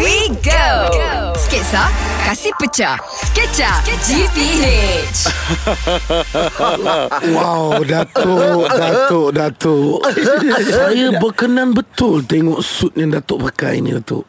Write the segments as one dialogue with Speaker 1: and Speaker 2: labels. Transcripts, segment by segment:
Speaker 1: we go. Sketsa, kasih pecah. Sketcha, GPH.
Speaker 2: Wow, Datuk, Datuk, Datuk. Saya berkenan betul tengok suit yang Datuk pakai ni, Datuk.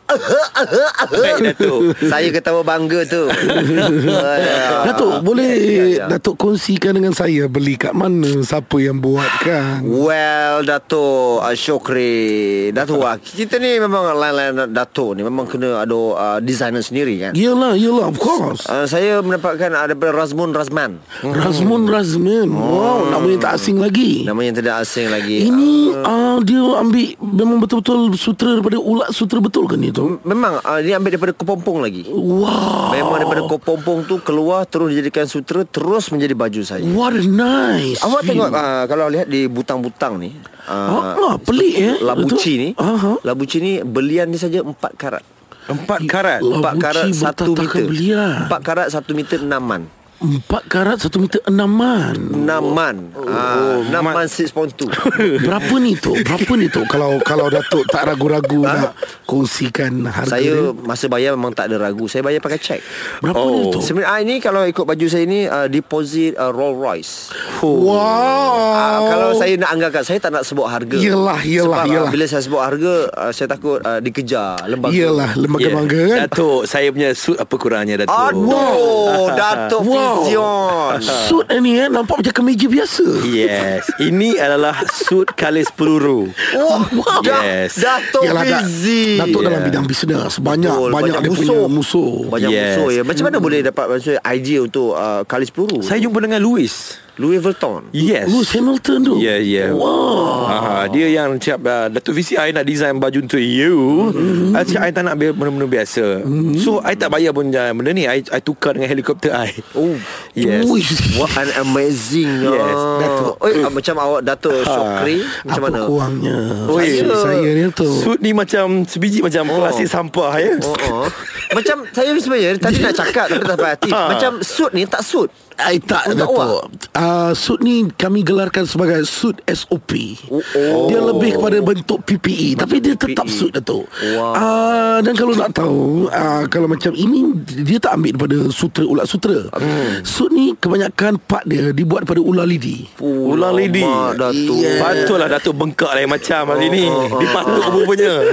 Speaker 3: Baik Datuk
Speaker 4: Saya ketawa bangga tu Alah.
Speaker 2: Datuk, boleh
Speaker 4: Ah, ya.
Speaker 2: Datuk kongsikan dengan saya beli kat mana, siapa yang buatkan.
Speaker 4: Well Dato' uh, Syokri Dato' Wah ah, Kita ni memang Lain-lain Dato' ni Memang kena ada uh, Designer sendiri kan
Speaker 2: Yelah, yelah, of course.
Speaker 4: uh, Saya mendapatkan uh, Daripada Razmun Razman
Speaker 2: Razmun Razmin.
Speaker 4: Hmm.
Speaker 2: Wow, namanya tak asing lagi.
Speaker 4: Nama yang tidak asing lagi
Speaker 2: Ini uh, dia ambil memang betul-betul sutra daripada ulat sutra betul ke ni, Datuk?
Speaker 4: Memang uh, Dia ambil daripada Kepompong lagi
Speaker 2: Wow.
Speaker 4: Memang daripada Kepompong tu Keluar Terus dijadikan sutera Terus menjadi baju saya
Speaker 2: What a nice.
Speaker 4: Awak
Speaker 2: feel.
Speaker 4: tengok uh, Kalau lihat di Butang-butang ni
Speaker 2: Ah, ah,
Speaker 4: uh,
Speaker 2: pelik eh.
Speaker 4: Labuci
Speaker 2: Betul?
Speaker 4: ni
Speaker 2: Aha.
Speaker 4: Labuci ni Belian dia saja 4 karat
Speaker 3: Empat karat
Speaker 2: Labuci
Speaker 4: Empat karat satu
Speaker 2: bertatakan
Speaker 4: meter
Speaker 2: belian.
Speaker 4: Empat karat satu meter enam man
Speaker 2: Empat karat satu meter enam man.
Speaker 4: Enam man
Speaker 2: Oh,
Speaker 4: Ah, Enam man 6.2
Speaker 2: Berapa ni tu? Berapa ni tu? Kalau kalau Datuk tak ragu-ragu nak kongsikan harga dia.
Speaker 4: Saya masa bayar memang tak ada ragu Saya bayar pakai cek
Speaker 2: Berapa ni tu?
Speaker 4: Sebenarnya ah, ini kalau ikut baju saya ni uh, Deposit uh, Rolls Royce
Speaker 2: Wow.
Speaker 4: Ah, kalau saya nak anggarkan Saya tak nak sebut harga
Speaker 2: Yelah, yelah,
Speaker 4: Sebab ah,
Speaker 2: yelah.
Speaker 4: bila saya sebut harga ah, Saya takut ah, dikejar lembaga
Speaker 2: Yelah, lembaga yeah. bangga kan?
Speaker 3: Ya, Datuk Saya punya suit apa kurangnya Datuk
Speaker 4: Aduh Datuk
Speaker 2: Wow.
Speaker 4: Fizion
Speaker 2: Suit ni eh nampak macam kemeja biasa.
Speaker 3: Yes Ini adalah suit kalis peluru
Speaker 4: Oh,
Speaker 2: Wow.
Speaker 4: Da-
Speaker 3: Yes.
Speaker 4: Datuk
Speaker 2: Yalah, Da-
Speaker 4: Fizi
Speaker 2: Datuk dalam
Speaker 3: Yeah.
Speaker 2: bidang bisnes banyak
Speaker 4: Betul,
Speaker 2: banyak, dia punya musuh.
Speaker 4: Banyak
Speaker 3: Yes. Hmm.
Speaker 4: musuh ya Macam mana boleh dapat Maksudnya idea untuk uh, Kalis peluru
Speaker 3: Saya jumpa dengan Louis
Speaker 4: Louis Vuitton
Speaker 3: Yes
Speaker 2: Lewis Hamilton tu.
Speaker 3: Ya, ya.
Speaker 2: Wow.
Speaker 3: Ah, dia yang cakap uh, Datuk VC I nak design baju untuk you mm-hmm. I cakap I tak nak biar benda-benda biasa mm-hmm. So I tak bayar pun uh, benda ni I, I tukar dengan helikopter I
Speaker 4: Oh
Speaker 3: Yes
Speaker 2: Ui.
Speaker 4: What an amazing
Speaker 3: Yes,
Speaker 4: Datuk Oi, ah, Macam awak Datuk
Speaker 2: Ha.
Speaker 4: Syokri Macam
Speaker 2: Apa
Speaker 4: mana
Speaker 2: kurangnya?
Speaker 3: Oi.
Speaker 2: Saya, saya ni tu.
Speaker 3: Suit ni macam Sebiji macam oh. plastik sampah ya
Speaker 4: Oh, oh. Macam saya sebenarnya Tadi nak cakap Tapi tak sampai hati
Speaker 3: Ha.
Speaker 4: Macam suit ni tak suit
Speaker 2: Ay, Eh, tak
Speaker 4: Untuk
Speaker 2: Dato'
Speaker 4: awak?
Speaker 2: uh, Suit ni kami gelarkan sebagai Suit SOP
Speaker 4: Oh, oh.
Speaker 2: Dia lebih kepada bentuk PPE Tapi dia tetap
Speaker 4: PPE.
Speaker 2: suit Dato'
Speaker 4: Wow.
Speaker 2: uh, Dan kalau nak tahu uh, Kalau macam ini Dia tak ambil daripada sutra ulat sutra hmm. Suit ni kebanyakan part dia Dibuat daripada ular lidi
Speaker 4: Oh,
Speaker 3: Ular lady
Speaker 4: Alamak, Datuk
Speaker 2: Yeah.
Speaker 3: Patutlah Datuk bengkak lain macam hari ni Dia patut rupanya
Speaker 4: ah.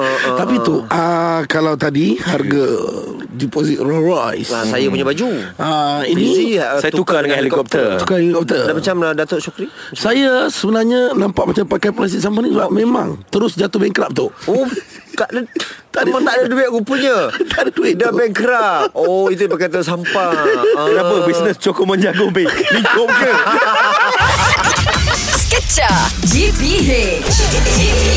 Speaker 2: uh, Tapi tu uh, Kalau tadi harga Deposit Rolls Royce
Speaker 4: Ah, Saya punya baju
Speaker 2: uh,
Speaker 4: Fizi,
Speaker 2: Ini
Speaker 4: ah,
Speaker 3: Saya tukar dengan helikopter
Speaker 2: Tukar helikopter
Speaker 4: Dah macam ah, Datuk Syokri
Speaker 2: Saya sebenarnya nampak macam pakai plastik sampah ni sebab memang terus jatuh bankrupt tu.
Speaker 4: Oh tak ada,
Speaker 2: Tak
Speaker 4: tak
Speaker 2: ada
Speaker 4: memang tak ada duit rupanya
Speaker 2: Tak ada duit
Speaker 4: Dah
Speaker 2: tu.
Speaker 4: bankrupt Oh itu yang berkata sampah Ah.
Speaker 3: Kenapa bisnes Cokro Menjago Bik Lingkup ke
Speaker 1: Sketcha, GPH. GPH.